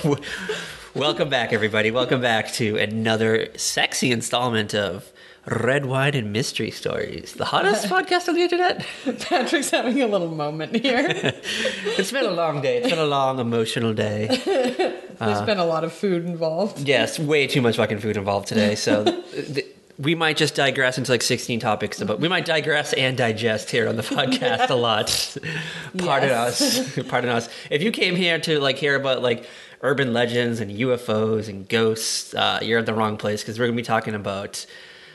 Welcome back, everybody. Welcome back to another sexy installment of Red Wine and Mystery Stories, the hottest podcast on the internet. Patrick's having a little moment here. It's been a long day. It's been a long, emotional day. Uh-huh. There's been a lot of food involved. Yes, way too much fucking food involved today. So th- we might just digress into like 16 topics, but we might digress and digest here on the podcast a lot. Pardon Yes. us. Pardon us. If you came here to like hear about like urban legends and UFOs and ghosts, uh, you're at the wrong place because we're going to be talking about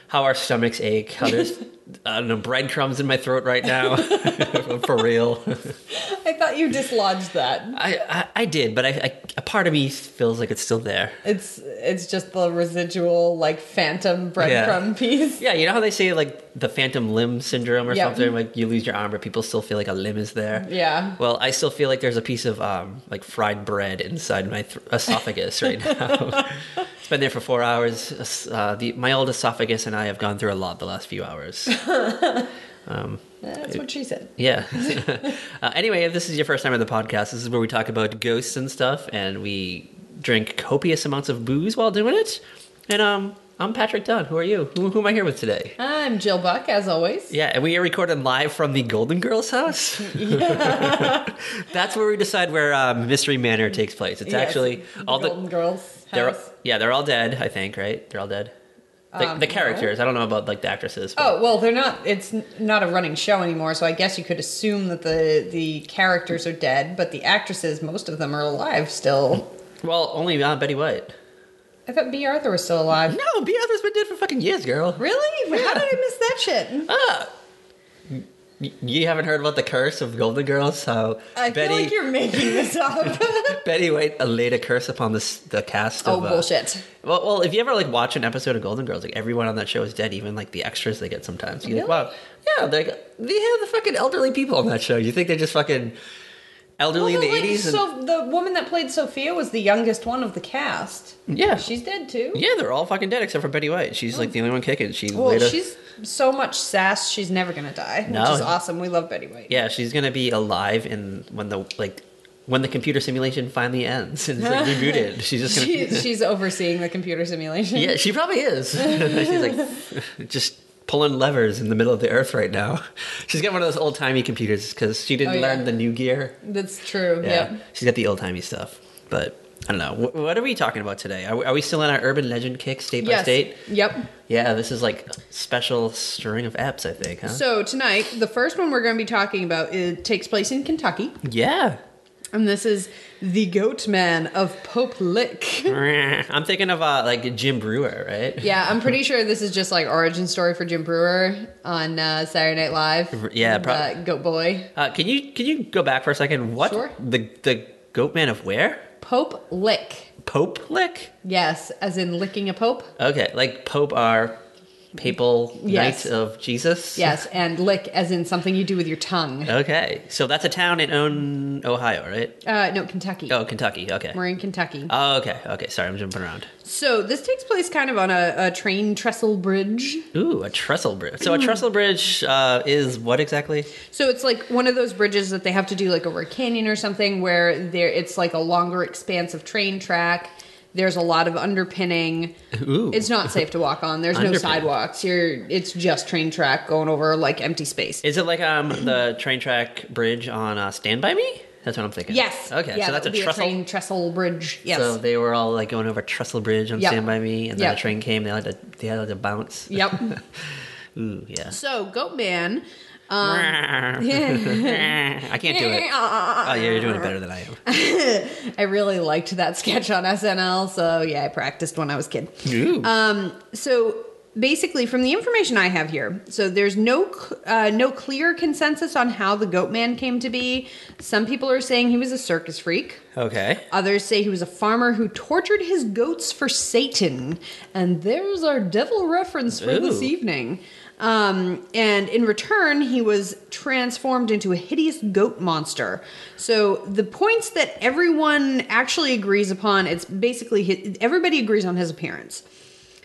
how our stomachs ache, how there's, I don't know, breadcrumbs in my throat right now. For real. I thought you dislodged that. I, I, I did, but I, I, a part of me feels like it's still there. It's it's just the residual like phantom breadcrumb piece. Yeah, you know how they say like the phantom limb syndrome or Yeah. something? Like you lose your arm, but people still feel like a limb is there. Yeah. Well, I still feel like there's a piece of um, like fried bread inside my th- esophagus right now. it's been there for four hours. Uh, the, my old esophagus and I have gone through a lot the last few hours. That's what she said. Yeah. uh, anyway, if this is your first time on the podcast, this is where we talk about ghosts and stuff, and we drink copious amounts of booze while doing it. And um, I'm Patrick Dunn. Who are you? Who, who am I here with today? I'm Jill Buck, as always. Yeah, and we are recording live from the Golden Girls house. That's where we decide where uh, Mystery Manor takes place. It's Yes, actually the all the Golden Girls. they're House. yeah they're all dead. I think right? They're all dead. The, Um, the characters. I don't know about like the actresses. but- Oh well, they're not. It's n- not a running show anymore, so I guess you could assume that the the characters are dead, but the actresses, most of them, are alive still. Well, only uh, Betty White. I thought B. Arthur was still alive. No, B. Arthur's been dead for fucking years, girl. Really? How did I miss that shit? Ah. Y- You haven't heard about the curse of Golden Girls? How I Betty feel like you're making this up. Betty White uh, laid a curse upon this, the cast. oh of, uh, bullshit! Well, well, if you ever like watch an episode of Golden Girls, like everyone on that show is dead, even like the extras they get sometimes. You're like, wow, yeah, they're like they have the fucking elderly people on that show. You think they're just fucking elderly Well, in the like, eighties? so the woman that played Sophia was the youngest one of the cast. yeah, She's dead too. yeah, they're all fucking dead except for Betty White. She's like the only one kicking. She Well, later, she's so much sass. She's never gonna die, No. which is awesome. We love Betty White. yeah, she's gonna be alive in when the like when the computer simulation finally ends and it's like rebooted. She's just gonna. She, she's overseeing the computer simulation. yeah, she probably is. she's like just pulling levers in the middle of the earth right now. She's got one of those old timey computers because she didn't Oh, yeah. learn the new gear. That's true. Yeah. Yep. She's got the old timey stuff. But I don't know. What, what are we talking about today? Are we, are we still on our urban legend kick state by Yes. state? Yep. Yeah, this is like special string of eps, I think, huh? So tonight, the first one we're going to be talking about it takes place in Kentucky, yeah. and this is the Goat Man of Pope Lick. I'm thinking of uh, like Jim Brewer, right? Yeah, I'm pretty sure this is just like origin story for Jim Brewer on uh, Saturday Night Live. Yeah, prob- probably. Goat Boy Uh, can you can you go back for a second? What Sure. the the goat man of where? Pope Lick. Pope lick? Yes, as in licking a pope. Okay, like Pope our papal Yes. knight of Jesus. Yes, and lick as in something you do with your tongue. Okay, so that's a town in Own, Ohio, right? Uh, no, Kentucky. Oh, Kentucky. Okay. We're in Kentucky. Oh, okay. Okay. Sorry, I'm jumping around. So this takes place kind of on a, a train trestle bridge. Ooh, a trestle bridge. So a trestle bridge uh, is what exactly? So it's like one of those bridges that they have to do like over a canyon or something where there it's like a longer expanse of train track. There's a lot of underpinning. Ooh. It's not safe to walk on. There's no Underpinning. sidewalks. You're it's just train track going over like empty space. Is it like um the train track bridge on uh, Stand by Me? That's what I'm thinking. yes. Okay. Yeah, so that that's a would be trestle. train trestle bridge. Yes. So they were all like going over a trestle bridge on Yep. Stand by Me, and then Yep. the train came. They had to they had to bounce. yep. Ooh, yeah. So Goat Man. Um, I can't do it. Oh, yeah, you're doing it better than I am. I really liked that sketch on SNL, so yeah, I practiced when I was a kid. Ooh. Um, so basically, from the information I have here, so there's no c- uh, no clear consensus on how the Goat Man came to be. Some people are saying he was a circus freak. okay. Others say he was a farmer who tortured his goats for Satan. And there's our devil reference for this Ooh. evening. Um, and in return, he was transformed into a hideous goat monster. So the points that everyone actually agrees upon, it's basically his, everybody agrees on his appearance.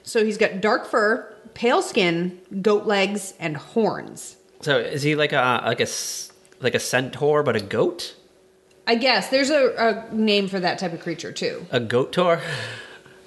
So he's got dark fur, pale skin, goat legs, and horns. So is he like a like a s- like a centaur but a goat? I guess there's a, a name for that type of creature too. A goat tour?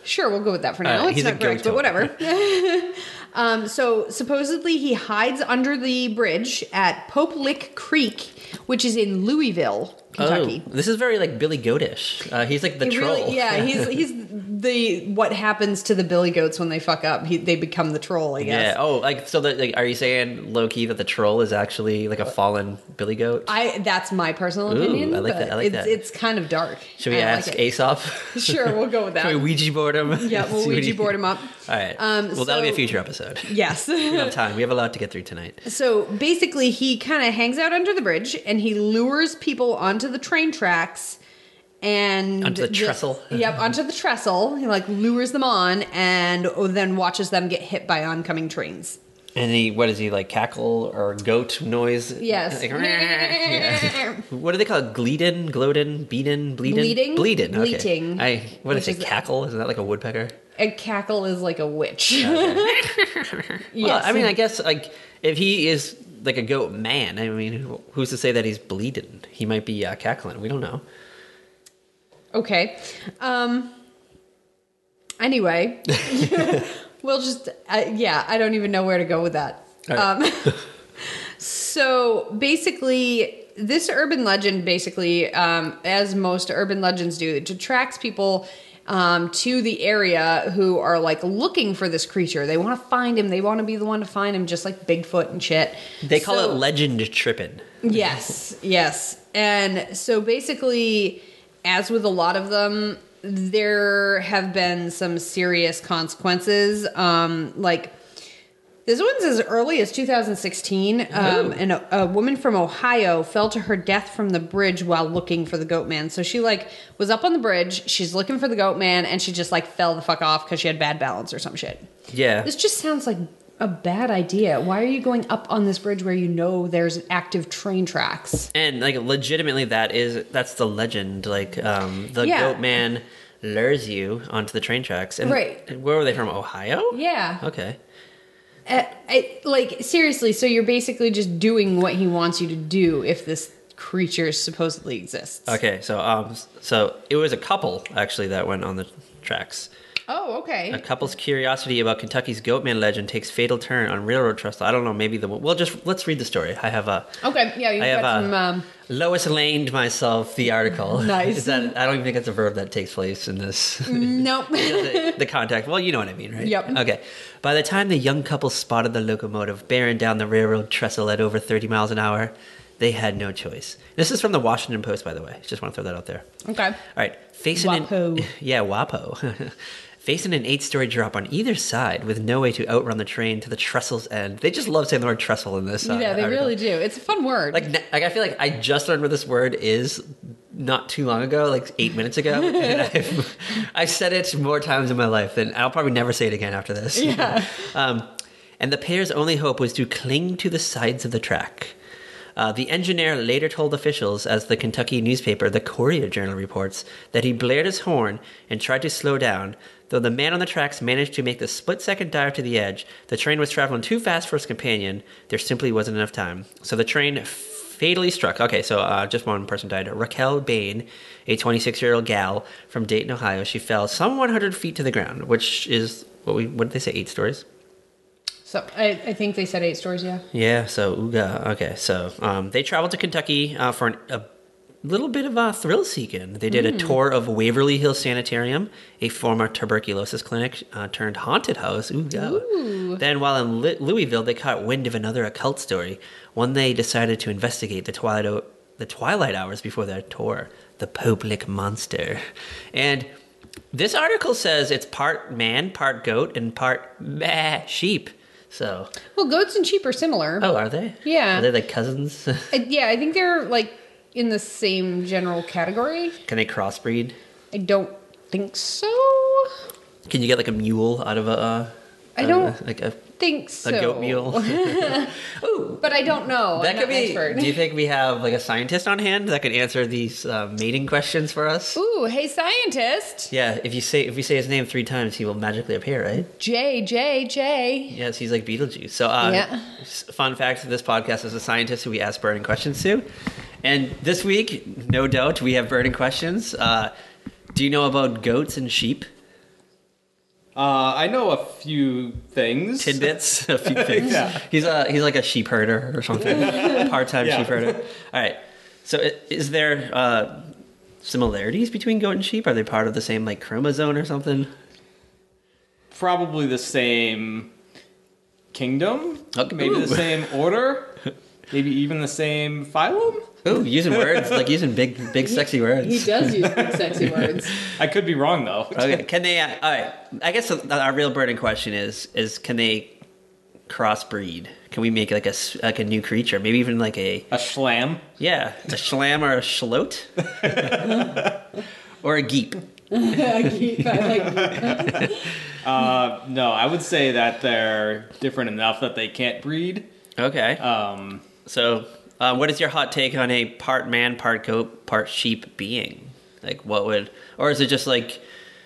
Sure, we'll go with that for now. All right, it's he's a not correct, but goat. whatever. um, so supposedly he hides under the bridge at Pope Lick Creek, which is in Louisville, Kentucky. Oh, this is very like Billy Goatish. Uh, he's like the He troll. Really, yeah, he's he's the what happens to the billy goats when they fuck up. He, they become the troll, I guess. Yeah. Oh, like so. That like, are you saying low key that the troll is actually like a fallen Billy Goat? I that's my personal Ooh, opinion. I like but that, I like it's, that. it's kind of dark. Should we I don't ask like it. Aesop? Sure, we'll go with that. Can we Ouija board him? yeah, we'll See what he- Ouija board him up. All right. Um, well, that'll be a so- future episode. Yes. We don't have time. We have a lot to get through tonight. So basically, he kind of hangs out under the bridge and he lures people onto the train tracks and Onto the trestle. Yep, onto the trestle. He like lures them on and then watches them get hit by oncoming trains. And he, what is he like? Cackle or goat noise? Yes. Like, yeah. What do they call it? Gleedin, gloatin, beatin, bleedin, Bleeding? bleedin. Okay. Bleating, I what is which it? is- Cackle? Isn't that like a woodpecker? A cackle is like a witch. Yeah. Well, I mean, I guess like if he is like a goat man, I mean, who- who's to say that he's bleeding? He might be uh, cackling. We don't know. okay. Um. Anyway, we'll just uh, yeah. I don't even know where to go with that. Um, All right. So basically, this urban legend, basically, um, as most urban legends do, it attracts people um, to the area who are like looking for this creature. They want to find him. They want to be the one to find him, just like Bigfoot and shit. They call So- it legend tripping. Yes, yes. And so basically, as with a lot of them, there have been some serious consequences. Um, like this one's as early as 2016. Um, and a, a woman from Ohio fell to her death from the bridge while looking for the goat man. So she like was up on the bridge, she's looking for the goat man, and she just like fell the fuck off because she had bad balance or some shit. Yeah. This just sounds like a bad idea. Why are you going up on this bridge where you know there's active train tracks? And like legitimately, that is that's the legend. Like um, the Yeah. goat man lures you onto the train tracks. And Right. and Where were they from? Ohio. Yeah. Okay. Uh, I, like, seriously, so you're basically just doing what he wants you to do if this creature supposedly exists. Okay. So um, so it was a couple actually that went on the tracks. Oh, A okay. couple's curiosity about Kentucky's Goatman legend takes fatal turn on railroad trestle. I don't know. Maybe the well, just let's read the story. I have a. Okay, yeah, you've I have got uh, some. Um, Lois laned myself the article. Nice. Is that I don't even think that's a verb that takes place in this um, nope. the, the contact. Well, you know what I mean, right? Yep. Okay. By the time the young couple spotted the locomotive bearing down the railroad trestle at over 30 miles an hour, they had no choice. This is from the Washington Post, by the way. Just want to throw that out there. okay. All right, facing Wapo. an yeah, Wapo, facing an eight-story drop on either side with no way to outrun the train to the trestle's end. They just love saying the word trestle in this. uh, Yeah, they article. really do. It's a fun word. Like, n- like I feel like I just learned what this word is not too long ago, like eight minutes ago. and I've, I said it more times in my life than I'll probably never say it again after this. Yeah. um, and the pair's only hope was to cling to the sides of the track. Uh, the engineer later told officials, as the Kentucky newspaper The Courier Journal reports, that he blared his horn and tried to slow down. Though the man on the tracks managed to make the split second dive to the edge, the train was traveling too fast for his companion. There simply wasn't enough time. So the train fatally struck. Okay, so uh, just one person died. Raquel Bain, a 26 year old gal from Dayton, Ohio. She fell some 100 feet to the ground, which is what we, what did they say, eight stories? so I, I think they said eight stories, yeah. Yeah, so Uga. Okay, so um, they traveled to Kentucky uh, for an, a little bit of uh, thrill seeking. They did a tour of Waverly Hill Sanitarium, a former tuberculosis clinic uh, turned haunted house. Ooga. Then, while in Li- Louisville, they caught wind of another occult story. One they decided to investigate the twilight o- the twilight hours before their tour, the Public Monster, and. This article says it's part man, part goat, and part meh, sheep. So Well, goats and sheep are similar. Oh, are they? Yeah. Are they like cousins? I- yeah, I think they're like in the same general category. Can they crossbreed? I don't think so. Can you get like a mule out of a? Uh, I out of don't a- like a, think a so. goat mule. Ooh, But I don't know. that I'm could not be. an expert. Do you think we have like a scientist on hand that could answer these uh, mating questions for us? Ooh, hey scientist. Yeah, if you say if we say his name three times, he will magically appear, right? J J J. Yes, he's like Beetlejuice. So, uh, Yeah. s- fun fact: this podcast is a scientist who we ask burning questions to, And this week, no doubt, we have burning questions. Uh, do you know about goats and sheep? Uh, I know a few things. Tidbits, a few things. Yeah. He's a he's like a sheep herder or something, part time Yeah. sheep herder. All right. So i- is there uh, similarities between goat and sheep? Are they part of the same like chromosome or something? Probably the same kingdom. Okay. Maybe Ooh. the same order. Maybe even the same phylum. Ooh, using words like using big big sexy words. He does use big sexy words. I could be wrong though. Okay. Can they? Uh, all right. I guess the, our real burning question is: is can they crossbreed? Can we make like a s- like a new creature? Maybe even like a A schlam. yeah, a schlam or a schlote, or a geep. I keep- I like- Uh, no, I would say that they're different enough that they can't breed. Okay. Um, so, uh, what is your hot take on a part man, part goat, part sheep being? Like, what would, or is it just like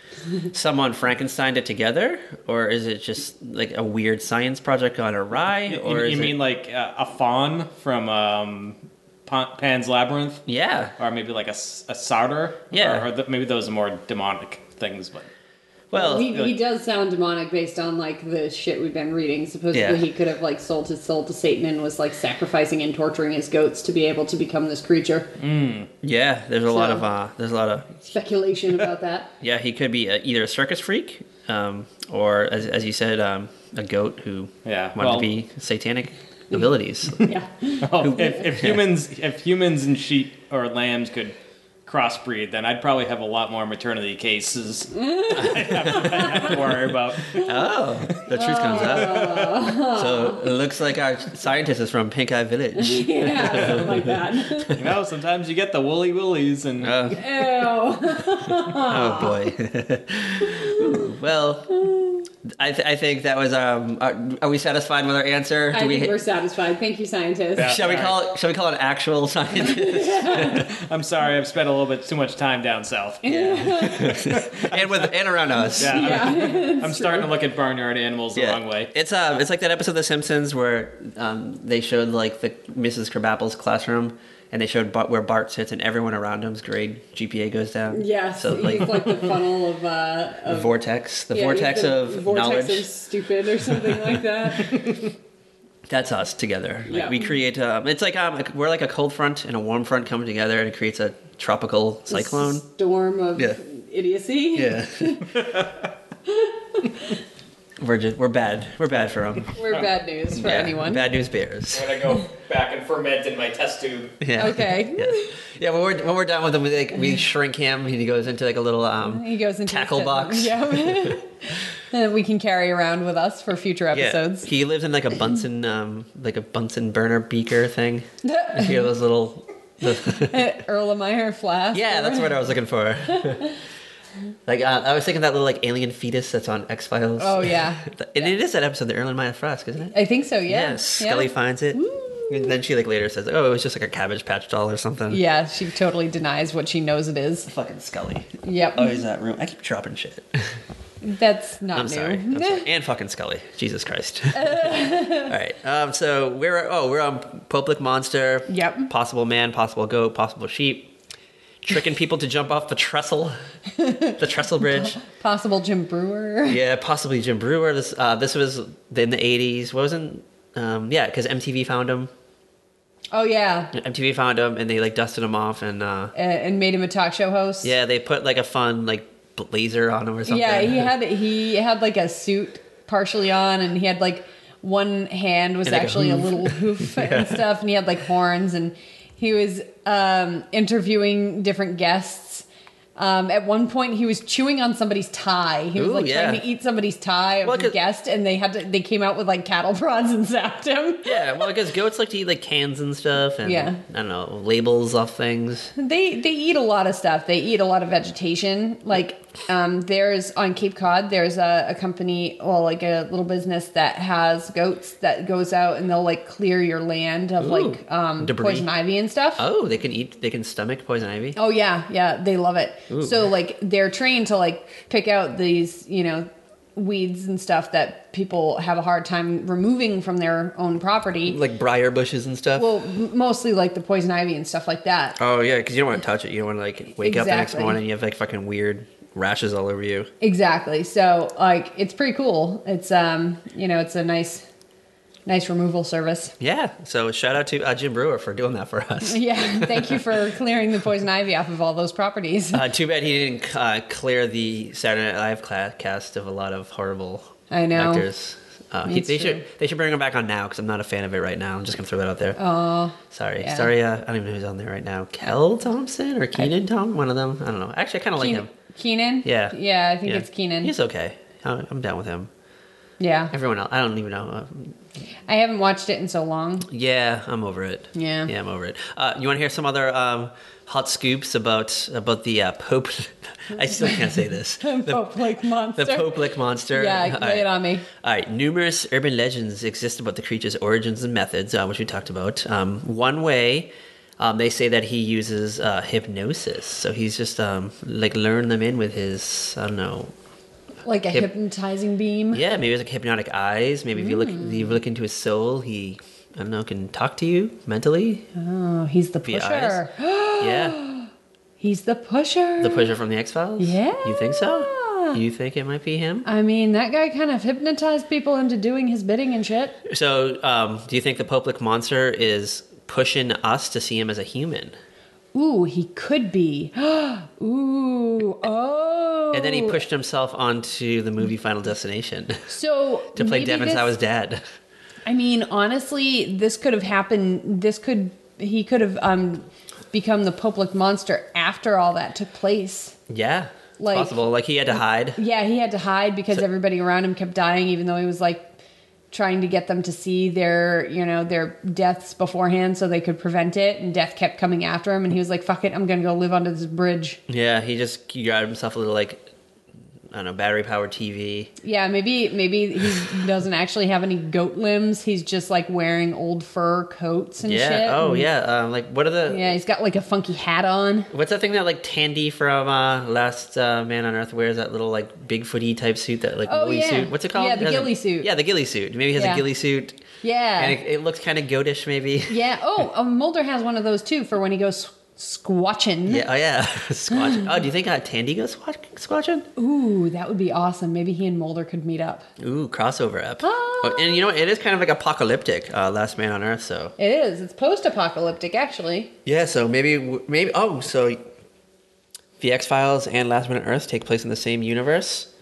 someone Frankensteined it together, or is it just like a weird science project gone awry? you, Or you is it- mean like uh, a fawn from um, Pan- Pan's Labyrinth, yeah? or maybe like a, s- a Sartre? Yeah. Or, or th- maybe those are more demonic things, but Well, he, he does sound demonic based on like the shit we've been reading. Supposedly Yeah. he could have like sold his soul to Satan and was like sacrificing and torturing his goats to be able to become this creature. Mm. Yeah, there's a lot So- of uh, there's a lot of Speculation about that. yeah. He could be uh either a circus freak, um, or as as you said, um, a goat who Yeah, wanted well- to be satanic abilities. Yeah. Oh, if, if humans, if humans and sheep or lambs could crossbreed, then I'd probably have a lot more maternity cases. I have to worry about. oh, the truth comes out. So it looks like our scientist is from Pink Eye Village. yeah, something like that. You know, sometimes you get the woolly willies, and Oh, Ew. oh boy. well, I th- I think that was um. Are, are we satisfied with our answer? I Do we? think we're satisfied. Thank you, scientist. Yeah. Shall we call it? Shall we call it an actual scientist? I'm sorry, I've spent a little bit too much time down south. and with and around us. Yeah, I'm- Yeah. I'm, starting to look at barnyard animals the Yeah. wrong way. It's um, it's like that episode of The Simpsons where um, they showed like the Mrs. Krabappel's classroom, and they showed Bart, where Bart sits, and everyone around him's grade GPA goes down. Yes, So like he's like the funnel of uh, the of vortex, the yeah, vortex he's the of vortex knowledge. of stupid or something like that. That's us together. Like Yeah. we create. Um, it's like um, we're like a cold front and a warm front come together, and it creates a tropical cyclone. storm of Yeah. idiocy. Yeah. we're just we're bad. We're bad for them. We're bad news for anyone. Bad news bears. gonna go back and ferment in my test tube. Yeah. Okay. Yes. Yeah, when we're, when we're done with him, we, like, we shrink him and he goes into like a little um. He goes into Tackle his- box. Yeah. that we can carry around with us for future Yeah, episodes. he lives in like a Bunsen um like a Bunsen burner beaker thing. You hear those little. Earl of Meyer flask. Yeah, that's what I was looking for. like uh, I was thinking that little like alien fetus that's on X Files. Oh yeah, And it is that episode, the Erlenmeyer Frost, isn't it? I think so. Yeah. Yes. Yeah. Scully finds it. And then she like later says, "Oh, it was just like a Cabbage Patch doll or something." Yeah, she totally denies what she knows it is. Fucking Scully. Yep. Always that room. I keep dropping shit. That's not I'm new. sorry. I'm sorry. And fucking Scully. Jesus Christ. All right. Um, so we're oh we're on Public Monster. Yep. Possible man, possible goat, possible sheep. Tricking people to jump off the trestle, the trestle bridge. Possible Jim Brewer. Yeah, possibly Jim Brewer. This uh, this was in the '80s. Wasn't um, yeah? Because MTV found him. Oh yeah, MTV found him, and they like dusted him off, and uh, uh, and made him a talk show host. yeah, they put like a fun like blazer on him or something. yeah. He had he had like a suit partially on, and he had like one hand was And, like, a actually a, hoof. little hoof and stuff, and he had like horns, and he was um, interviewing different guests. Um, at one point, he was chewing on somebody's tie. He was Ooh, like yeah. trying to eat somebody's tie of Well, the 'cause- guest, and they had to. They came out with like cattle prods and zapped him. Yeah, well, because goats like to eat like cans and stuff, and Yeah. I don't know labels off things. They they eat a lot of stuff. They eat a lot of vegetation. Like um, there's on Cape Cod, there's a, a company, well, like a little business that has goats that goes out and they'll like clear your land of like Ooh, um, debris. poison ivy and stuff. Oh, they can eat. They can stomach poison ivy. Oh yeah, yeah, they love it. So like they're trained to like pick out these, you know, weeds and stuff that people have a hard time removing from their own property. like briar bushes and stuff. Well, m- mostly like the poison ivy and stuff like that. oh yeah, because you don't want to touch it. You don't want to like wake up the next Exactly. morning and you have like fucking weird rashes all over you. Exactly. So like it's pretty cool. It's um you know it's a nice nice removal service. Yeah. So shout out to uh, Jim Brewer for doing that for us. Yeah, thank you for clearing the poison ivy off of all those properties. Uh, too bad he didn't uh, clear the Saturday Night Live cla- cast of a lot of horrible I know. actors. Uh, he, That's they true. should they should bring him back on now because I'm not a fan of it right now. I'm just gonna throw that out there. Oh, sorry, yeah. sorry. Uh, I don't even know who's on there right now. Kel Thompson or Keenan Thompson? One of them. I don't know. Actually, I kind of like him. Keenan. Yeah. yeah, I think Yeah. it's Keenan. He's okay. I'm, I'm down with him. yeah, Everyone else, I don't even know. Uh, I haven't watched it in so long. yeah, I'm over it. Yeah. yeah, I'm over it. Uh, you want to hear some other um, hot scoops about about the uh, Pope? I still can't say this. the, Pope like monster. the Pope Lick monster. Yeah, All lay right. it on me. All right, numerous urban legends exist about the creature's origins and methods, uh, which we talked about. Um, one way, um, they say that he uses uh, hypnosis. So he's just um, like luring them in with his, I don't know. Like a Hip- hypnotizing beam. Yeah, maybe it's like hypnotic eyes. Maybe if you look, if you look into his soul, he, I don't know, can talk to you mentally. Oh, he's the The pusher. yeah, he's the pusher. the pusher from the X Files. Yeah. you think so? You think it might be him? I mean, that guy kind of hypnotized people into doing his bidding and shit. So, um, do you think the Poplic monster is pushing us to see him as a human? Ooh, he could be. Ooh, oh. And then he pushed himself onto the movie Final Destination so to play maybe Devin this- Sawa's dad. I mean, honestly, this could have happened. This could he could have um become the public monster after all that took place. Yeah, it's Like- possible. Like he had to hide. Yeah, he had to hide because everybody around him kept dying, even though he was like trying to get them to see their you know their deaths beforehand so they could prevent it and death kept coming after him and he was like fuck it i'm gonna go live under this bridge Yeah, he just he got himself a little like I don't know battery powered TV. Yeah, maybe maybe he doesn't actually have any goat limbs. He's just like wearing old fur coats and yeah. shit. Oh And- yeah. Um, like what are the Yeah, he's got like a funky hat on. what's that thing that like Tandy from uh, Last uh, Man on Earth wears? That little like Bigfooty type suit. That like Oh, woolly yeah. suit. What's it called? Yeah, the It has a- ghillie suit. Yeah, the ghillie suit. Maybe he has Yeah. a ghillie suit. Yeah. And it, it looks kind of goatish, maybe. yeah. Oh, um, Mulder has one of those too for when he goes squatching. Yeah. Oh yeah. squatching. Oh, do you think uh, Tandy goes squatch- squatching? Ooh, that would be awesome. Maybe he and Mulder could meet up. Ooh, crossover app. Ah. Oh, and you know, what? it is kind of like apocalyptic, uh, Last Man on Earth. So It is. It's post-apocalyptic actually. yeah, so maybe maybe oh, so the X Files and Last Man on Earth take place in the same universe.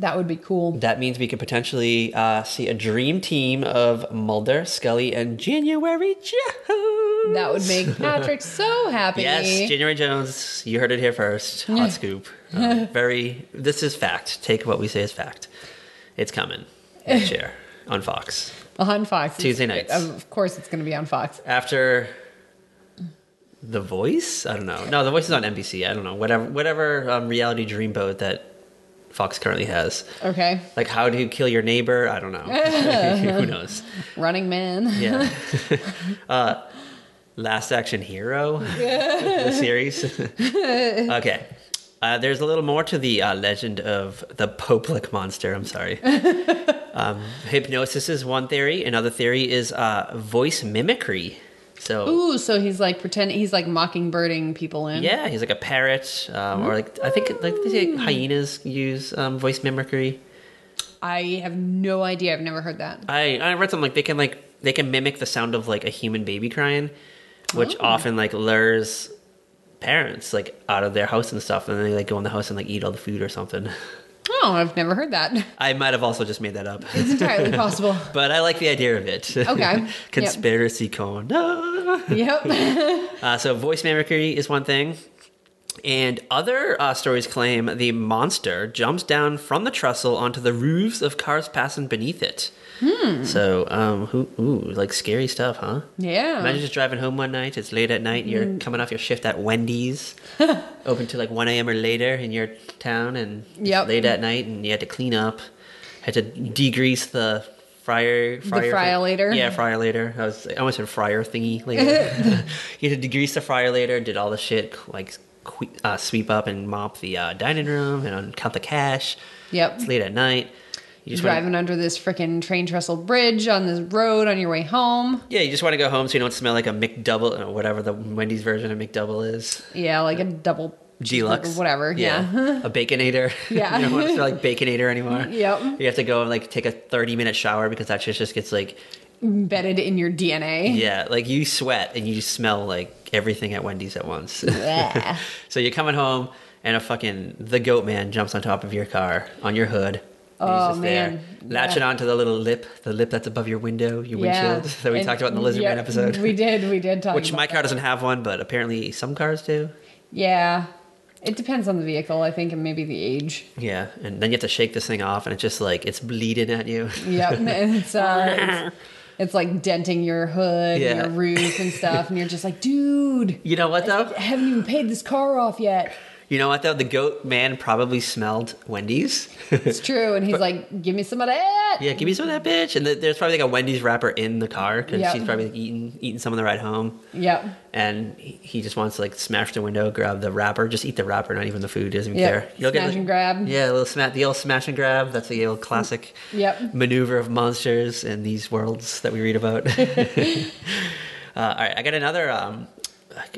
That would be cool. That means we could potentially uh, see a dream team of Mulder, Scully, and January Jones. That would make Patrick so happy. Yes, January Jones. You heard it here first. Hot scoop. Um, very. This is fact. Take what we say as fact. It's coming next year on Fox. on Fox. Tuesday It's- nights. Of course it's going to be on Fox. after The Voice. I don't know. No, The Voice is on NBC. I don't know. Whatever, whatever um, reality dreamboat that Fox currently has. Okay. Like, how do you kill your neighbor? I don't know. Who knows? Running Man. Yeah. uh, Last Action Hero, the series. okay. Uh, there's a little more to the uh, legend of the Poplic monster. I'm sorry. um, hypnosis is one theory. Another theory is uh, voice mimicry. So Ooh, so he's like pretending he's like mocking birding people in. Yeah, he's like a parrot, um, or like I think like they say hyenas use um, voice mimicry. I have no idea. I've never heard that. I I read something like they can like they can mimic the sound of like a human baby crying, which often like lures parents like out of their house and stuff, and then they like go in the house and like eat all the food or something. Oh, I've never heard that. I might have also just made that up, It's entirely possible. but I like the idea of it. yep. conspiracy con. Yep. Uh, so voice mimicry is one thing. And other uh, stories claim the monster jumps down from the trestle onto the roofs of cars passing beneath it. So, um, who, ooh, like scary stuff, huh? yeah. Imagine just driving home one night. It's late at night. You're Mm. coming off your shift at Wendy's, open to like 1 a.m. or later in your town, and it's Yep. late at night, and you had to clean up, had to degrease the fryer, fryer thing- fryer later. Yeah, fryer later. I was I almost said fryer thingy later. you had to degrease the fryer later, did all the shit, like que- uh, sweep up and mop the uh, dining room and count the cash. Yep. It's late at night. You just want Driving under this freaking train trestle bridge on this road on your way home. yeah, you just want to go home so you don't smell like a McDouble or whatever the Wendy's version of McDouble is. Yeah, like a double Deluxe. whatever. Yeah. a baconator. Yeah. you don't want to smell like baconator anymore. Yep. You have to go and like take a 30 minute shower because that shit just gets like, Embedded in your DNA. yeah, like you sweat and you smell like everything at Wendy's at once. Yeah. so you're coming home and a fucking, the goat man jumps on top of your car on your hood. and he's Oh, just there, man. Latching Yeah. onto the little lip, the lip that's above your window, your Yeah. windshield that we And- talked about in the Lizard yeah, Man episode. We did. We did talk Which about my car that. doesn't have one, but apparently some cars do. Yeah. It depends on the vehicle, I think, and maybe the age. Yeah, and then you have to shake this thing off, and it's just like it's bleeding at you. Yep. and it's, uh, it's, it's like denting your hood and Yeah. your roof and stuff. And you're just like, dude, You know what though? I haven't even paid this car off yet. You know what though? The goat man probably smelled Wendy's. It's true. And he's like, give me some of that. yeah, give me some of that bitch. And th- there's probably like a Wendy's wrapper in the car because Yeah. she's probably like, eating eating some on the ride home. Yep. And he, he just wants to like smash the window, grab the wrapper, just eat the wrapper, not even the food. Doesn't even Yep. care. Smash like- and grab. Mm, Yeah, a little sma- the old smash and grab. That's the old classic Yep. maneuver of monsters in these worlds that we read about. uh, all right, I got another um,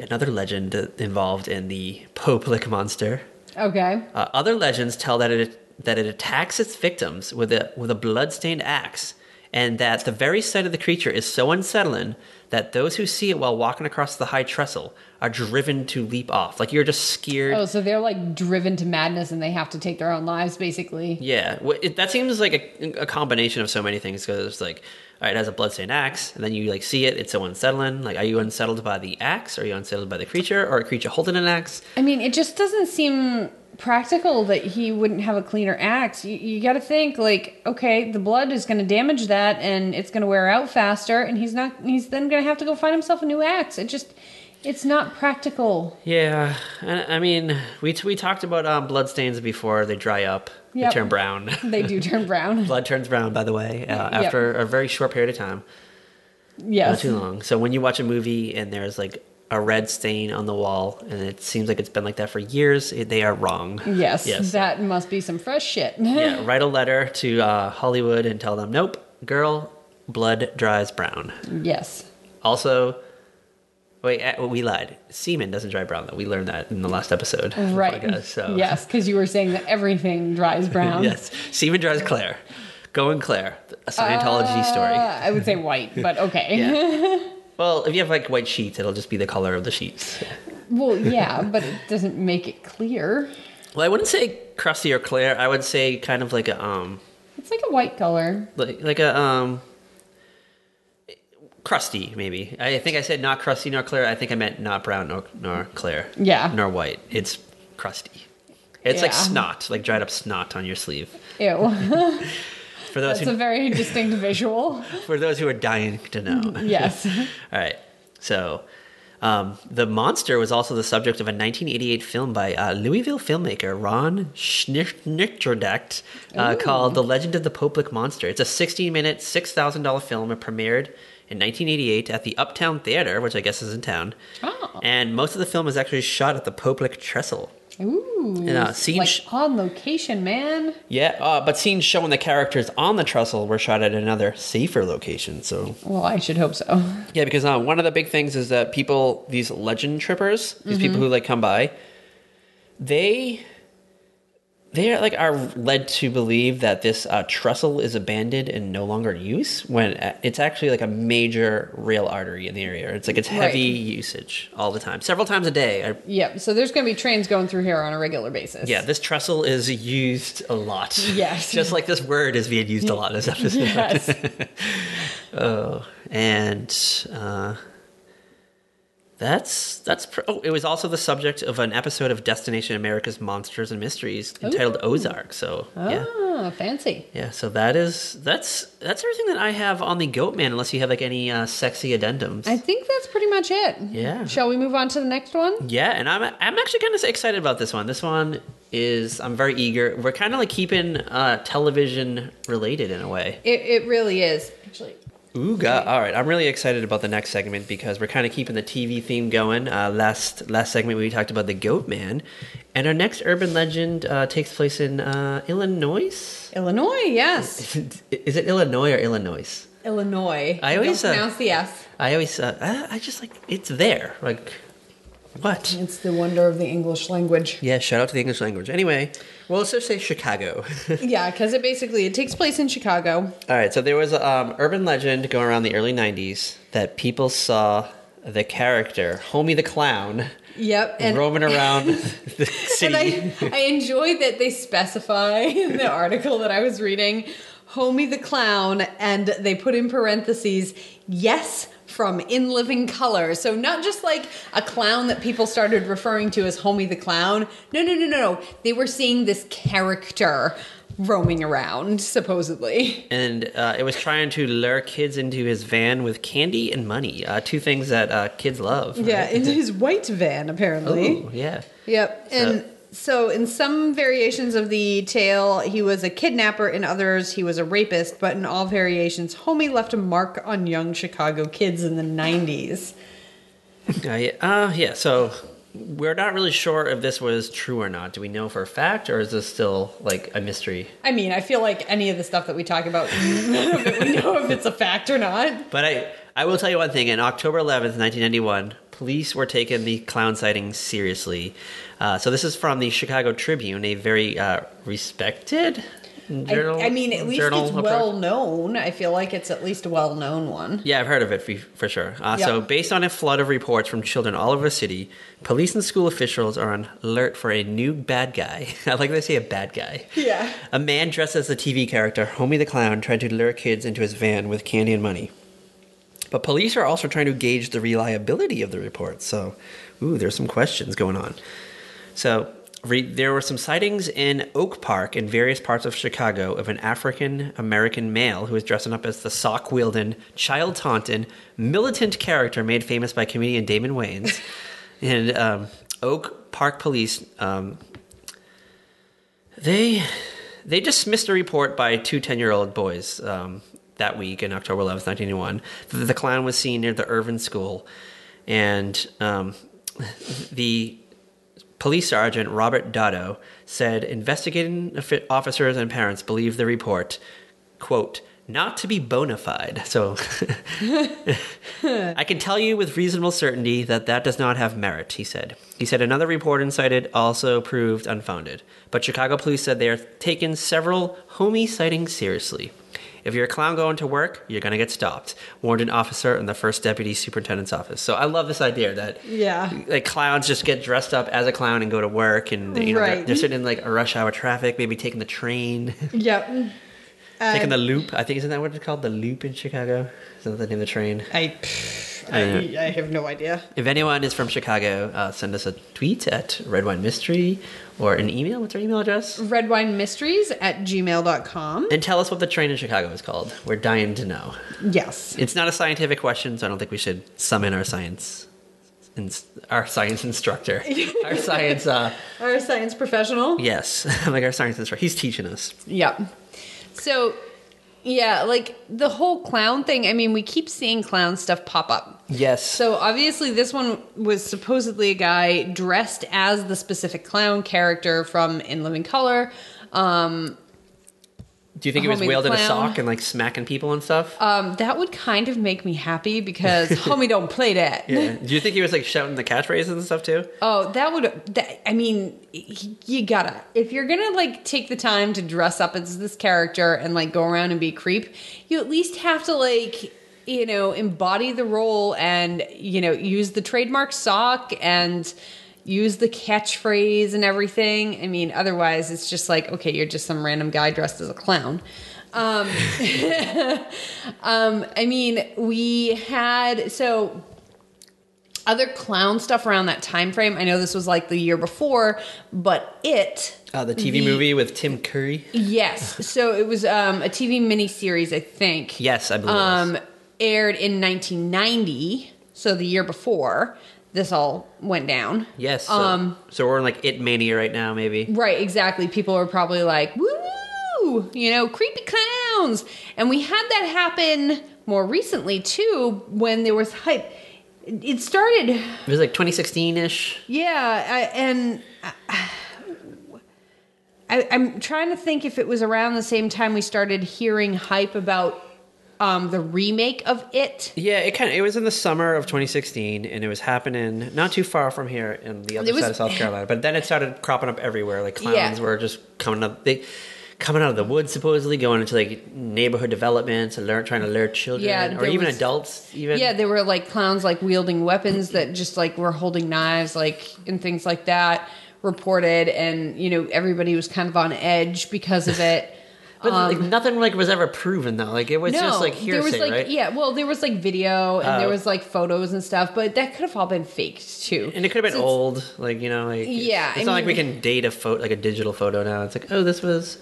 another legend uh, involved in the Poplick monster. Okay. Uh, other legends tell that it that it attacks its victims with a with a bloodstained axe, and that the very sight of the creature is so unsettling that those who see it while walking across the high trestle are driven to leap off. Like you're just scared. Oh, so they're like driven to madness and they have to take their own lives, basically. Yeah, wh- it, that seems like a, a combination of so many things. Because it's like, all right, it has a bloodstained axe, and then you like see it. It's so unsettling. Like, are you unsettled by the axe? Are you unsettled by the creature, or a creature holding an axe? I mean, it just doesn't seem practical that he wouldn't have a cleaner axe. You, you got to think like, okay, the blood is going to damage that, and it's going to wear out faster, and he's not. He's then going to have to go find himself a new axe. It just, it's not practical. Yeah, I, I mean, we t- we talked about um, bloodstains before. They dry up. Yep. They turn brown. They do turn brown. Blood turns brown, by the way, uh, Yep. after a very short period of time. Not yes. too long. So when you watch a movie and there's like a red stain on the wall, and it seems like it's been like that for years, it, they are wrong. Yes, Yes. that must be some fresh shit. yeah, write a letter to uh, Hollywood and tell them, nope, girl, blood dries brown. yes. Also, wait, uh, we lied. Semen doesn't dry brown, though. We learned that in the last episode. of the Right. podcast, so. Yes, because you were saying that everything dries brown. yes. Semen dries Claire. Go and Claire, a Scientology story. Uh, I would say white, but okay. Yeah. Well, if you have like white sheets, it'll just be the color of the sheets. Well, yeah, but it doesn't make it clear. Well, I wouldn't say crusty or clear. I would say kind of like a um, It's like a white color. like like a um, crusty maybe. I think I said not crusty nor clear. I think I meant not brown nor nor clear. Yeah. Nor white. It's crusty. It's like Yeah. snot, like dried up snot on your sleeve. Ew. For those That's a who, very distinct visual. for those who are dying to know. Yes. All right. So, um, the monster was also the subject of a 1988 film by uh, Louisville filmmaker Ron Schnichterdect uh, called "The Legend of the Poplick Monster." It's a 16-minute, six thousand dollar film. It premiered in 1988 at the Uptown Theater, which I guess is in town. Oh. And most of the film was actually shot at the Poplick Trestle. Ooh. Yeah, scene like sh- on location, man. Yeah, uh, but scenes showing the characters on the trestle were shot at another safer location. So Well, I should hope so. Yeah, because uh, one of the big things is that people, these legend trippers, these people who like come by, they they are like are led to believe that this uh, trestle is abandoned and no longer in use when a- it's actually like a major rail artery in the area. It's like it's heavy usage all the time, several times a day. I, Yep. So there's going to be trains going through here on a regular basis. yeah, this trestle is used a lot. Yes. just like this word is being used a lot in this episode. Yes. Oh, and uh, that's that's. Pr- oh, it was also the subject of an episode of Destination America's Monsters and Mysteries entitled Ozark. So yeah, Ah, fancy. yeah. So that is that's that's everything that I have on the Goat Man. Unless you have like any uh, sexy addendums. I think that's pretty much it. Yeah. Shall we move on to the next one? yeah, and I'm I'm actually kind of excited about this one. This one is I'm very eager. We're kind of like keeping uh, television related in a way. It, it really is. Actually, Ooga. All right. I'm really excited about the next segment because we're kind of keeping the TV theme going. Uh, last last segment, we talked about the Goat Man. And our next urban legend uh, takes place in uh, Illinois. Illinois, yes. Is it Illinois or Illinois? Illinois. I always, Don't uh, pronounce the S. I always, uh, I- I just like, it's there. Like, what? It's the wonder of the English language. Yeah, shout out to the English language. Anyway, well, let's just say Chicago. Yeah, because it basically it takes place in Chicago. All right, so there was an um, urban legend going around the early 90s that people saw the character, Homie the Clown, Yep. And roaming around the city. and I, I enjoy that they specify in the article that I was reading, Homie the Clown, and they put in parentheses, yes, from In Living Color. So not just like a clown that people started referring to as Homie the Clown. No, no, no, no, no. They were seeing this character roaming around, supposedly. and uh, it was trying to lure kids into his van with candy and money, uh, two things that uh, kids love. right? Oh, Yeah, in his white van, apparently. Ooh, yeah. Yep. And so, in some variations of the tale, he was a kidnapper. In others, he was a rapist. But in all variations, Homie left a mark on young Chicago kids in the 90s. Uh, yeah, uh, yeah, so we're not really sure if this was true or not. Do we know for a fact, or is this still like a mystery? I mean, I feel like any of the stuff that we talk about, none of it we know if it's a fact or not. But I, I will tell you one thing. In October 11th, 1991, police were taking the clown sighting seriously. Uh, so this is from the Chicago Tribune, a very uh, respected journal. I, I mean, at least journal it's approach- well known. I feel like it's at least a well known one. Yeah, I've heard of it for, for sure. Uh, Yeah. So, based on a flood of reports from children all over the city, police and school officials are on alert for a new bad guy. I like they say a bad guy. Yeah. A man dressed as the TV character Homie the Clown tried to lure kids into his van with candy and money. But police are also trying to gauge the reliability of the reports. So, ooh, there's some questions going on. So, re- there were some sightings in Oak Park in various parts of Chicago of an African American male who was dressing up as the sock wielding, child taunting, militant character made famous by comedian Damon Wayans. and um, Oak Park police um, they they dismissed a report by two 10 year old boys um, that week in October 11th, 1981. The, the clown was seen near the Irvin School, and um, the police sergeant Robert Dotto said investigating offi- officers and parents believe the report, quote, not to be bona fide. So I can tell you with reasonable certainty that that does not have merit, he said. He said another report incited also proved unfounded, but Chicago police said they are taking several homie sightings seriously. If you're a clown going to work, you're going to get stopped, warned an officer in the first deputy superintendent's office. So I love this idea that Yeah. like clowns just get dressed up as a clown and go to work and you know they're, Right. they're sitting in like a rush hour traffic, maybe taking the train, Yep. Uh, taking the loop. I think isn't that what it's called? The loop in Chicago. Isn't that the name of the train? I, I- I have no idea. If anyone is from Chicago, uh, send us a tweet at Red Wine Mystery or an email. What's our email address? Red Wine Mysteries at gmail.com. And tell us what the train in Chicago is called. We're dying to know. Yes. It's not a scientific question, so I don't think we should summon our science, ins- our science instructor, our science. Uh, Or a science professional. yes, like our science instructor. He's teaching us. Yep. So, yeah, like the whole clown thing, I mean, we keep seeing clown stuff pop up. Yes. So obviously, this one was supposedly a guy dressed as the specific clown character from In Living Color. Um, Do you think he was Homie the wheeled in a Clown. sock and like smacking people and stuff? um, that would kind of make me happy because homie don't play that. yeah. Do you think he was like shouting the catchphrases and stuff too? Oh, that would. That, I mean, y- you gotta. If you're gonna like take the time to dress up as this character and like go around and be a creep, you at least have to like you know embody the role and you know use the trademark sock and use the catchphrase and everything. I mean, otherwise it's just like okay, you're just some random guy dressed as a clown. Um, um, I mean, we had so other clown stuff around that time frame. I know this was like the year before, but it Uh, the TV movie with Tim Curry. yes. So it was um, a TV miniseries, I think. Yes, I believe. it was. Um, aired in 1990, so the year before this all went down. Yes. So, um, so we're in like it mania right now, maybe. Right, exactly. People are probably like, woo, you know, creepy clowns. And we had that happen more recently too when there was hype. It started It was like 2016 ish. yeah, I, and I, I'm trying to think if it was around the same time we started hearing hype about um, the remake of it. Yeah, it kind of it was in the summer of 2016, and it was happening not too far from here in the other It was- side of South Carolina. But then it started cropping up everywhere. Like clowns Yeah. were just coming up, they coming out of the woods supposedly, going into like neighborhood developments and learn, trying to lure children Yeah, or there even was- adults. Even Yeah, there were like clowns like wielding weapons that just like were holding knives like and things like that reported and you know everybody was kind of on edge because of it. but like, nothing like was ever proven though. Like it was just like hearsay, Um, there was like e-, right? yeah, well there was like video and there Oh. was like photos and stuff, but that could have all been faked too. And it could have been So it's- old, like you know, like Yeah, It's, I not like we mean- can date a photo, like a digital photo now. It's like, oh, this was.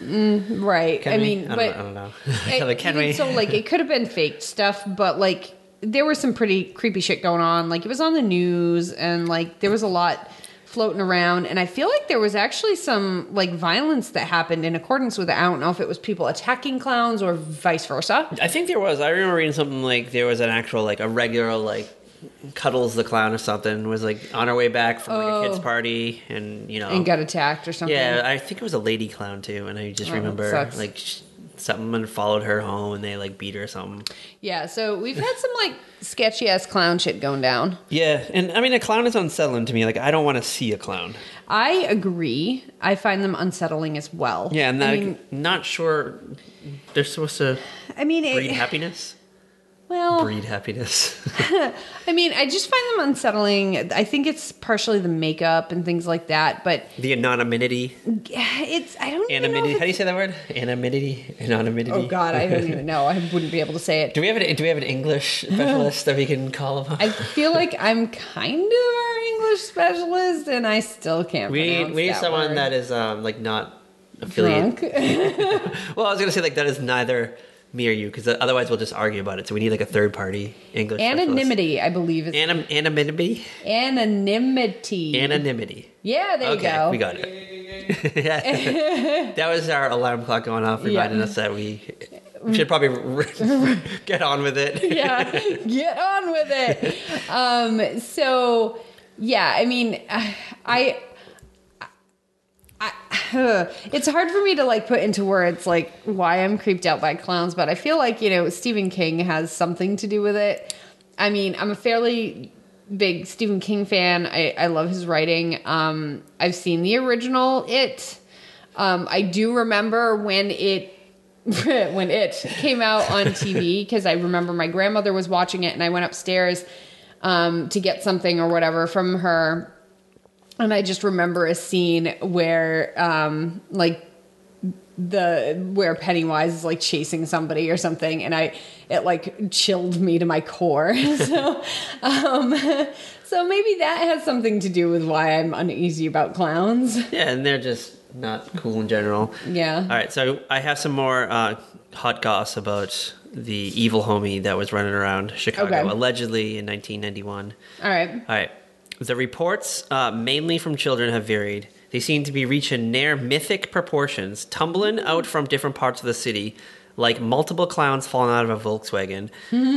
Right. Can I we? mean, I don't but know, I don't know. I- Like, can even we? So like it could have been faked stuff, but like there was some pretty creepy shit going on. Like it was on the news and like there was a lot floating around and I feel like there was actually some like violence that happened in accordance with it. I don't know if it was people attacking clowns or vice versa. I think there was. I remember reading something like there was an actual like a regular like cuddles the clown or something was like on her way back from like, a kids Oh. party and you know And got attacked or something. yeah I think it was a lady clown too and I just Oh, that remember sucks. like sh- someone followed her home and they like beat her or something Yeah, so we've had some like sketchy ass clown shit going down. yeah and I mean a clown is unsettling to me like I don't want to see a clown I agree. I find them unsettling as well. yeah and I like, mean, not sure they're supposed to I mean it, breed happiness well, breed happiness I mean, I just find them unsettling. I think it's partially the makeup and things like that, but the anonymity it's I don't even know. anonymity if how do you it's- say that word anonymity anonymity Oh God, I don't even know. I wouldn't be able to say it. Do we have an Do we have an English specialist that we can call upon? I feel like I'm kind of our English specialist, and I still can't. we need pronounce we need that someone word. that is um like not affiliated. drunk. Well, I was gonna say like that is neither me or you because otherwise we'll just argue about it. So we need like a third party English specialist. Anonymity, I believe is Anim- anonymity. anonymity. Anonymity. yeah, there okay, you go. we got it. Yeah. that was our alarm clock going off, reminding Yeah. us that we we should probably r- get on with it. yeah, get on with it. Um, so yeah, I mean, I, I, it's hard for me to like put into words like why I'm creeped out by clowns, but I feel like you know Stephen King has something to do with it. I mean, I'm a fairly big Stephen King fan. I, I love his writing. Um, I've seen the original It. Um, I do remember when it when it came out on TV because I remember my grandmother was watching it and I went upstairs um, to get something or whatever from her. And I just remember a scene where, um, like, the where Pennywise is like chasing somebody or something, and I it like chilled me to my core. so, um, so maybe that has something to do with why I'm uneasy about clowns. Yeah, and they're just not cool in general. Yeah. All right, so I have some more uh, hot goss about the evil homie that was running around Chicago, Okay. allegedly in 1991. All right. All right, the reports, uh, mainly from children, have varied. They seem to be reaching near mythic proportions, tumbling out from different parts of the city, like multiple clowns falling out of a Volkswagen.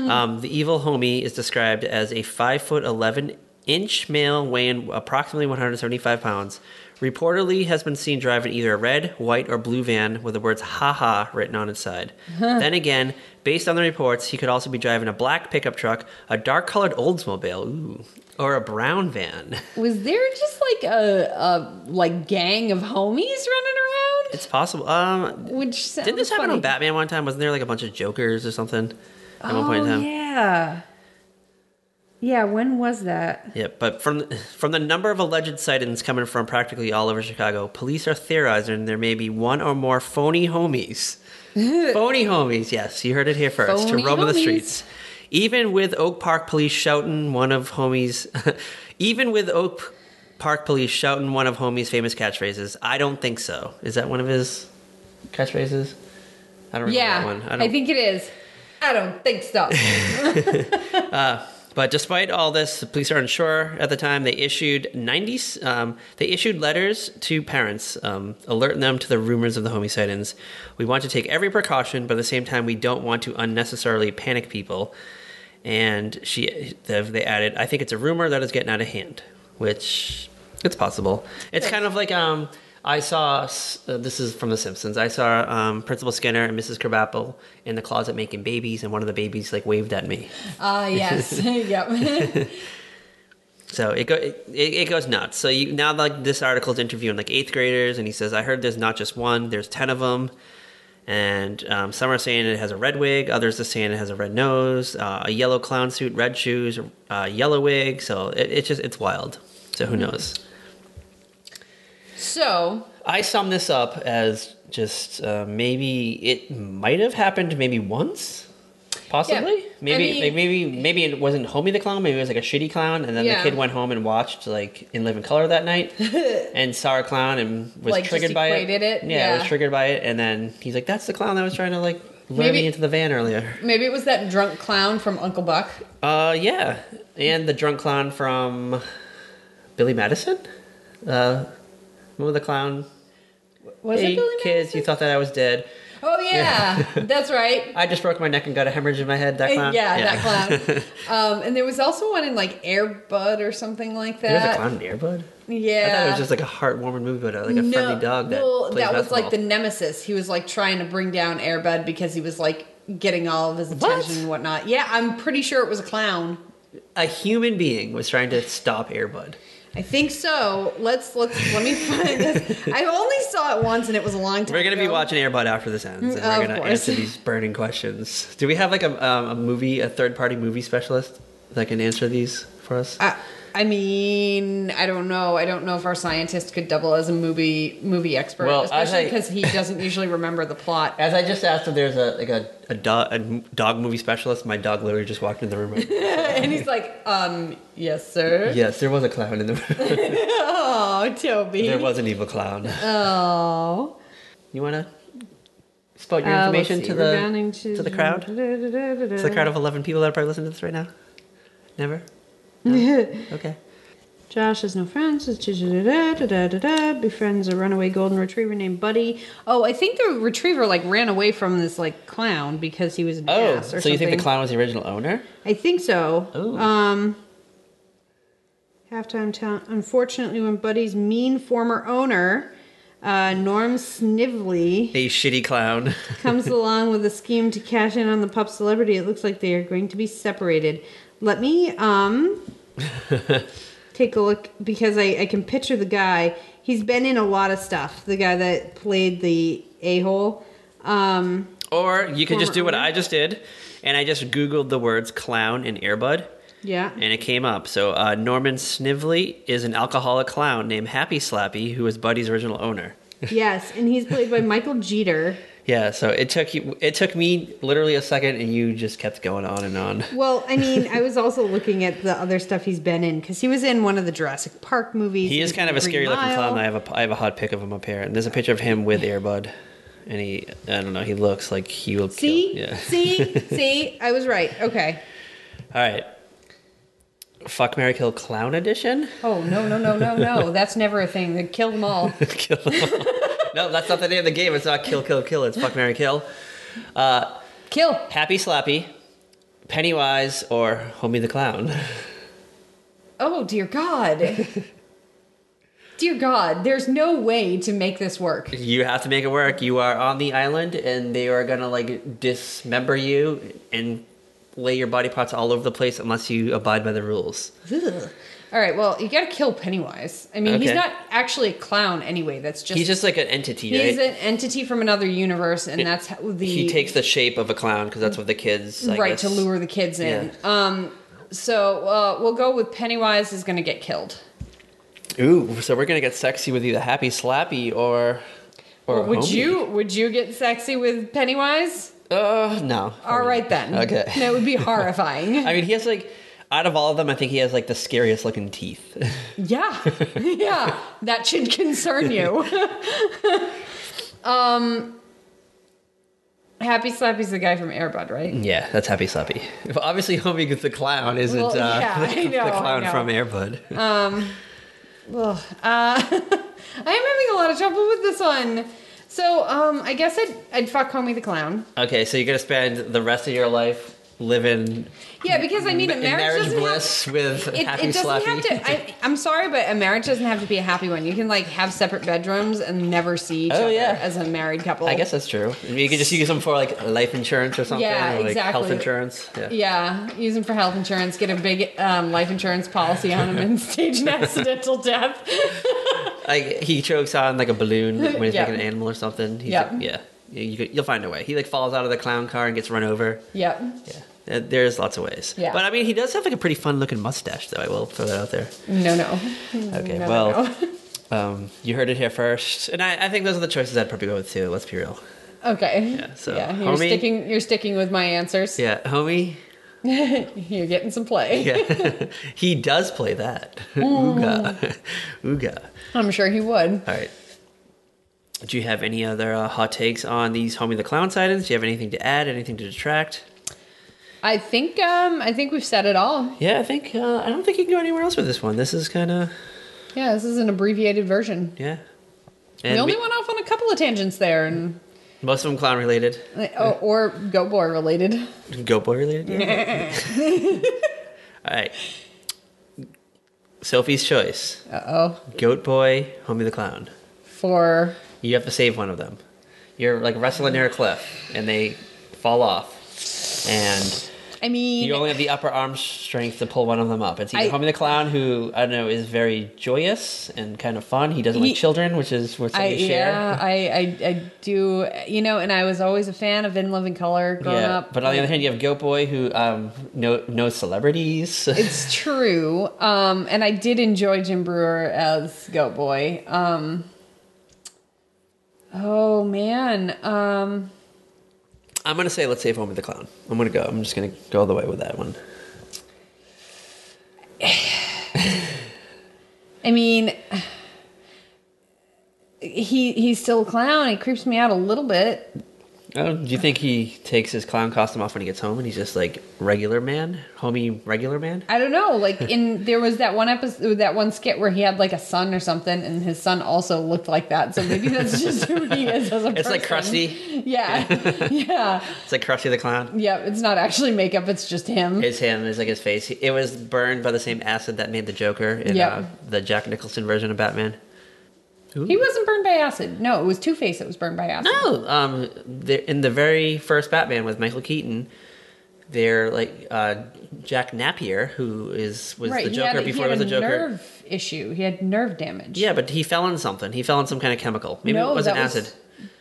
um, the evil homie is described as a five foot eleven inch male weighing approximately 175 pounds. Reportedly has been seen driving either a red, white, or blue van with the words haha written on its side. then again, based on the reports, he could also be driving a black pickup truck, a dark colored Oldsmobile, ooh, or a brown van. Was there just like a, a like gang of homies running around? It's possible. Um, Which sounds didn't this happen funny. on Batman one time? Wasn't there like a bunch of Jokers or something at Oh one point in time? yeah, yeah. When was that? Yeah, but from from the number of alleged sightings coming from practically all over Chicago, police are theorizing there may be one or more phony homies. phony homies, yes, you heard it here first. Phony to roam the homies. streets, even with Oak Park police shouting one of homies, even with Oak Park police shouting one of homies' famous catchphrases. I don't think so. Is that one of his catchphrases? I don't remember Yeah, that one. I, don't, think it is. I don't think so. But despite all this, the police are unsure at the time. They issued 90, um, they issued letters to parents um, alerting them to the rumors of the homicidins. We want to take every precaution, but at the same time, we don't want to unnecessarily panic people. And she, they they added, I think it's a rumor that is getting out of hand, which it's possible. It's kind of like um, I saw, s- uh, this is from The Simpsons, I saw um, Principal Skinner and Mrs. Krabappel in the closet making babies, and one of the babies like waved at me. Ah, yes. yep. So it, go, it it goes nuts. So you, now like this article's interviewing like eighth graders, and he says, "I heard there's not just one. There's ten of them." And um, some are saying it has a red wig. Others are saying it has a red nose, uh, a yellow clown suit, red shoes, uh, yellow wig. So it, it's just it's wild. So who knows? so, I sum this up as just uh, maybe it might have happened maybe once, possibly. Yeah, I maybe mean- like maybe maybe it wasn't Homie the clown. Maybe it was like a shitty clown, and then Yeah. the kid went home and watched like In Living Color that night, and saw a clown and was Like, just triggered by it. equated it, Yeah, was yeah. triggered by it, and then he's like, "That's the clown that was trying to like lure Maybe- me into the van earlier." maybe it was that drunk clown from Uncle Buck. Uh, yeah, and the drunk clown from Billy Madison. Uh, remember the clown? Was hey it Billy kids, Madison? you thought that I was dead. Oh, yeah. That's right. I just broke my neck and got a hemorrhage in my head. That Uh, Yeah, clown. that clown. um, and there was also one in like Airbud or something like that. There's a clown in Airbud. Yeah. I thought it was just like a heartwarming movie, but uh, like a friendly dog that well, plays that was like the basketball. nemesis. He was like trying to bring down Airbud because he was like getting all of his attention and whatnot. Yeah, I'm pretty sure it was a clown. a human being was trying to stop Airbud. I think so. Let's let's let me find this. I only saw it once and it was a long time. We're gonna be ago. watching Airbud after this ends, and Mm, Of we're gonna course. answer these burning questions. Do we have like a, um, a movie, a third party movie specialist that can answer these for us? I, I mean, I don't know. I don't know if our scientist could double as a movie movie expert, Well, I especially think- because he doesn't usually remember the plot. As I just asked if there's a like a, a, dog, a dog movie specialist, my dog literally just walked in the room. and he's like, um, yes, sir. yes, there was a clown in the room. Oh, Toby. there was an evil clown. Oh. You want to spout Uh, your information to the to, the crowd, to the crowd of eleven people that are probably listening to this right now. Never. No? okay. Josh has no friends. It's da-da-da-da-da-da. Befriends a runaway golden retriever named Buddy. Oh, I think the retriever like ran away from this like clown because he was an Oh, ass or so you think the something. clown was the original owner? I think so. Ooh. Um, halftime town. Unfortunately, when Buddy's mean former owner, uh, Norm Snively, A shitty clown. comes along with a scheme to cash in on the pup's celebrity, it looks like they are going to be separated. Let me um take a look because I, I can picture the guy. He's been in a lot of stuff. The guy that played the a hole. Um, or you could just Former do what owner? I just did, and I just googled the words clown and earbud, yeah. and it came up. So uh, Norman Snively is an alcoholic clown named Happy Slappy, who was Buddy's original owner. yes, and he's played by Michael Jeter. Yeah, so it took you. It took me literally a second, and you just kept going on and on. Well, I mean, I was also looking at the other stuff he's been in because he was in one of the Jurassic Park movies. He is was kind in of a Green scary looking Mile. clown. I have a I have a hot pic of him up here, and there's a picture of him with Airbud, and he I don't know. He looks like he will See, kill. Yeah. see, see. I was right. Okay. All right. Fuck Mary Kill Clown Edition. Oh no no no no no! That's never a thing. They killed them all. kill them all. no, that's not the name of the game. It's not Kill Kill Kill. It's Fuck Mary Kill. Kill. Happy Slappy, Pennywise, or Homie the Clown. Oh dear God. dear God, there's no way to make this work. You have to make it work. You are on the island, and they are gonna like dismember you and lay your body parts all over the place unless you abide by the rules. Ugh. All right, well, you gotta kill Pennywise. I mean, he's Okay. not actually a clown anyway. That's just He's just like an entity. he's right? an entity from another universe, and that's how the he takes the shape of a clown because that's what the kids I right guess. to lure the kids in. Um, so uh, we'll go with Pennywise is gonna get killed. Ooh, so we're gonna get sexy with either Happy Slappy or or Would Homie. you would you get sexy with Pennywise? Uh, no. All right then. Okay. that would be horrifying. I mean, he has like out of all of them, I think he has like the scariest looking teeth. Yeah, yeah, that should concern you. um, Happy Slappy's the guy from Airbud, right? Yeah, that's Happy Slappy. Well, obviously, Homie the clown isn't Well, uh, yeah, I the, know, I clown know. Um, from Airbud. Ugh. Uh, I am having a lot of trouble with this one. So, um, I guess I'd, I'd fuck Homie the Clown. okay, so you're gonna spend the rest of your life living Yeah, because I mean, a in marriage, marriage doesn't have bliss with it, Happy it doesn't Slappy. have to. I, I'm sorry, but a marriage doesn't have to be a happy one. You can like have separate bedrooms and never see each Oh, other yeah. as a married couple. I guess that's true. I mean, you could just use them for like life insurance or something, Yeah, or, like health exactly. insurance. Yeah. Yeah, use them for health insurance. Get a big um, life insurance policy on them and stage an accidental death. Like he chokes on like a balloon when he's Yeah. like an animal or something. He's Yeah. like- yeah. You, you could, you'll find a way. He like falls out of the clown car and gets run over. Yep. Yeah. Uh, There's lots of ways. Yeah. But I mean, he does have like a pretty fun looking mustache, though. I will throw that out there. No, no. Okay, Mm, No, no, well, um, you heard it here first, and I, I think those are the choices I'd probably go with too. Let's be real. Okay. Yeah, so, yeah, you're homie- sticking. You're sticking with my answers. Yeah, homie. You're getting some play. Yeah, he does play that. Mm. Ooga, ooga. I'm sure he would. All right. Do you have any other uh, hot takes on these homie the clown sightings? Do you have anything to add? Anything to detract? I think. Um. I think we've said it all. Yeah, I think uh, I don't think you can go anywhere else with this one. This is kind of Yeah. This is an abbreviated version. yeah. we And only we- went off on a couple of tangents there, and most of them clown related, or, or Go Boy related. go boy related. yeah. All right. Sophie's choice. Uh oh. Goat Boy, Homie the Clown. For You have to save one of them. You're like wrestling near a cliff, and they fall off, and I mean, you only have the upper arm strength to pull one of them up. It's either I- Homie the Clown, who I don't know is very joyous and kind of fun. He doesn't Ye- like children, which is where I something to share. yeah, I, I I do you know, and I was always a fan of In Living Color growing Yeah, up. but on the other hand, you have Goat Boy, who um, no no celebrities. it's true. Um, and I did enjoy Jim Brewer as Goat Boy. Um, oh man, um, I'm gonna say let's save Homie the Clown. I'm gonna go. I'm just gonna go all the way with that one. I mean, he he's still a clown. He creeps me out a little bit. Oh, do you think he takes his clown costume off when he gets home and he's just like regular man, homie, regular man? I don't know. Like in there was that one episode, that one skit where he had like a son or something, and his son also looked like that. So maybe that's just who he is as a It's like person. Krusty. Yeah, yeah, It's like Krusty the Clown. yeah. It's not actually makeup. It's just him. It's him. It's like his face. It was burned by the same acid that made the Joker in Yep. uh, the Jack Nicholson version of Batman. he wasn't burned by acid. No, it was Two Face that was burned by acid. No, um, the, in the very first Batman with Michael Keaton, they're like uh, Jack Napier, who is was right. the he Joker had- he before had he was a the Joker. Nerve issue. He had nerve damage. Yeah, but he fell in something. He fell in some kind of chemical. Maybe No, it wasn't that was- acid.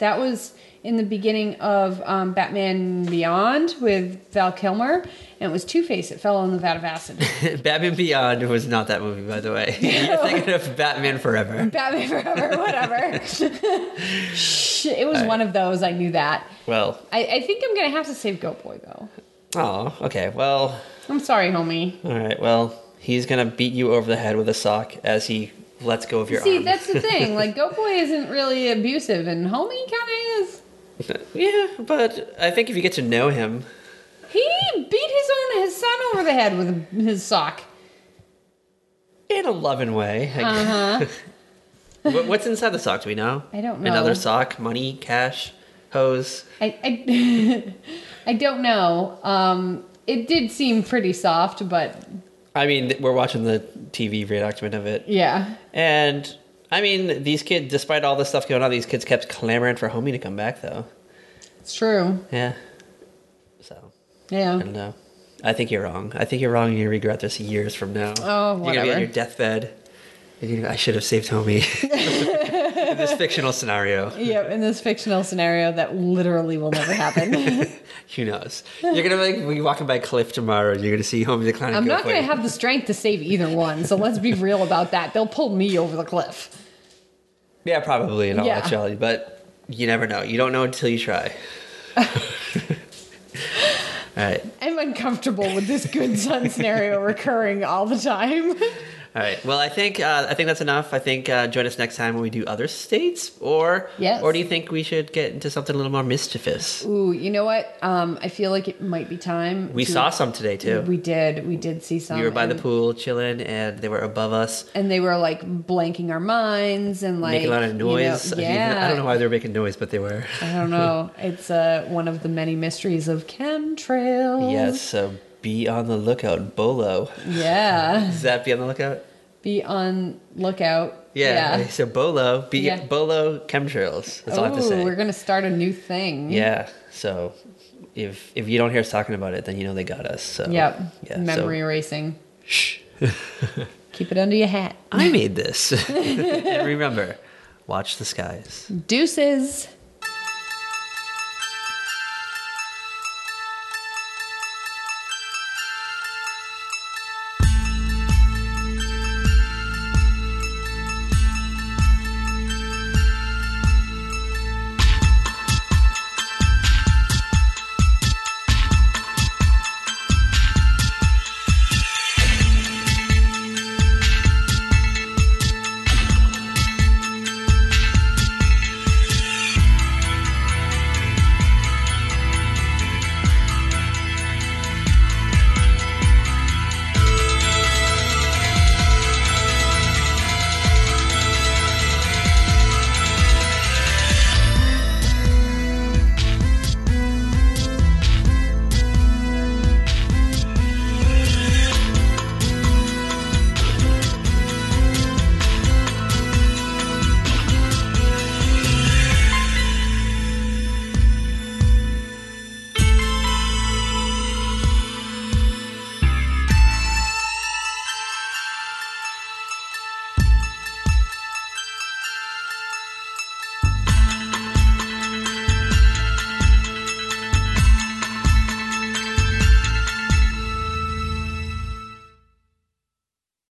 That was in the beginning of um, Batman Beyond with Val Kilmer, and it was Two Face that fell in the vat of acid. Batman Beyond was not that movie, by the way. You're thinking of Batman Forever. Batman Forever, whatever. Shh, it was one of those. I knew that. Well, I, I think I'm gonna have to save Goat Boy though. oh, okay. Well, I'm sorry, homie. all right. Well, he's gonna beat you over the head with a sock as he lets go of your See, arm. that's the thing. Like Goat Boy isn't really abusive, and homie kind of is. yeah, but I think if you get to know him, He beat his own his son over the head with his sock. in a loving way. I guess. What- What's inside the sock? Do we know? Uh-huh. I don't know. Another sock, money, cash, hose. I I, I don't know. Um, it did seem pretty soft, but I mean, th- we're watching the TV reenactment of it, yeah. and I mean, these kids, despite all this stuff going on, these kids kept clamoring for Homie to come back, though. It's true. Yeah. So I Yeah. don't know. I think you're wrong. I think you're wrong, and you regret this years from now. Oh, You're gonna be whatever. on your deathbed. And you know, I should have saved Homie in this fictional scenario. Yep. In this fictional scenario, that literally will never happen. Who knows? You're gonna like be walking by a cliff tomorrow. and You're gonna see Homie the Clown. and I'm go for not going to it. have the strength to save either one, so let's be real about that. They'll pull me over the cliff. Yeah, probably in all Yeah. actuality, but you never know. You don't know until you try. all right. I'm uncomfortable with this good son scenario recurring all the time. All right. Well, I think uh, I think that's enough. I think uh, join us next time when we do other states, or Yes. or do you think we should get into something a little more mischievous? Ooh, you know what? Um, I feel like it might be time. We to- saw some today too. We did. We did see some. we were by the and- pool chilling, and they were above us, and they were like blanking our minds and like making a lot of you know, noise. I mean, yeah, I don't know why they were making noise, but they were. I don't know. It's uh, one of the many mysteries of chemtrails. yes. So be on the lookout, Bolo. Yeah. Is that be on the lookout? Be on lookout. Yeah. So Bolo, be Yeah. Bolo chemtrails. That's all I have to Ooh, say. we're gonna start a new thing. Yeah. So if if you don't hear us talking about it, then you know they got us. So Yep. Yeah, so- Memory erasing. Shh. Keep it under your hat. I made this. and remember, watch the skies. Deuces.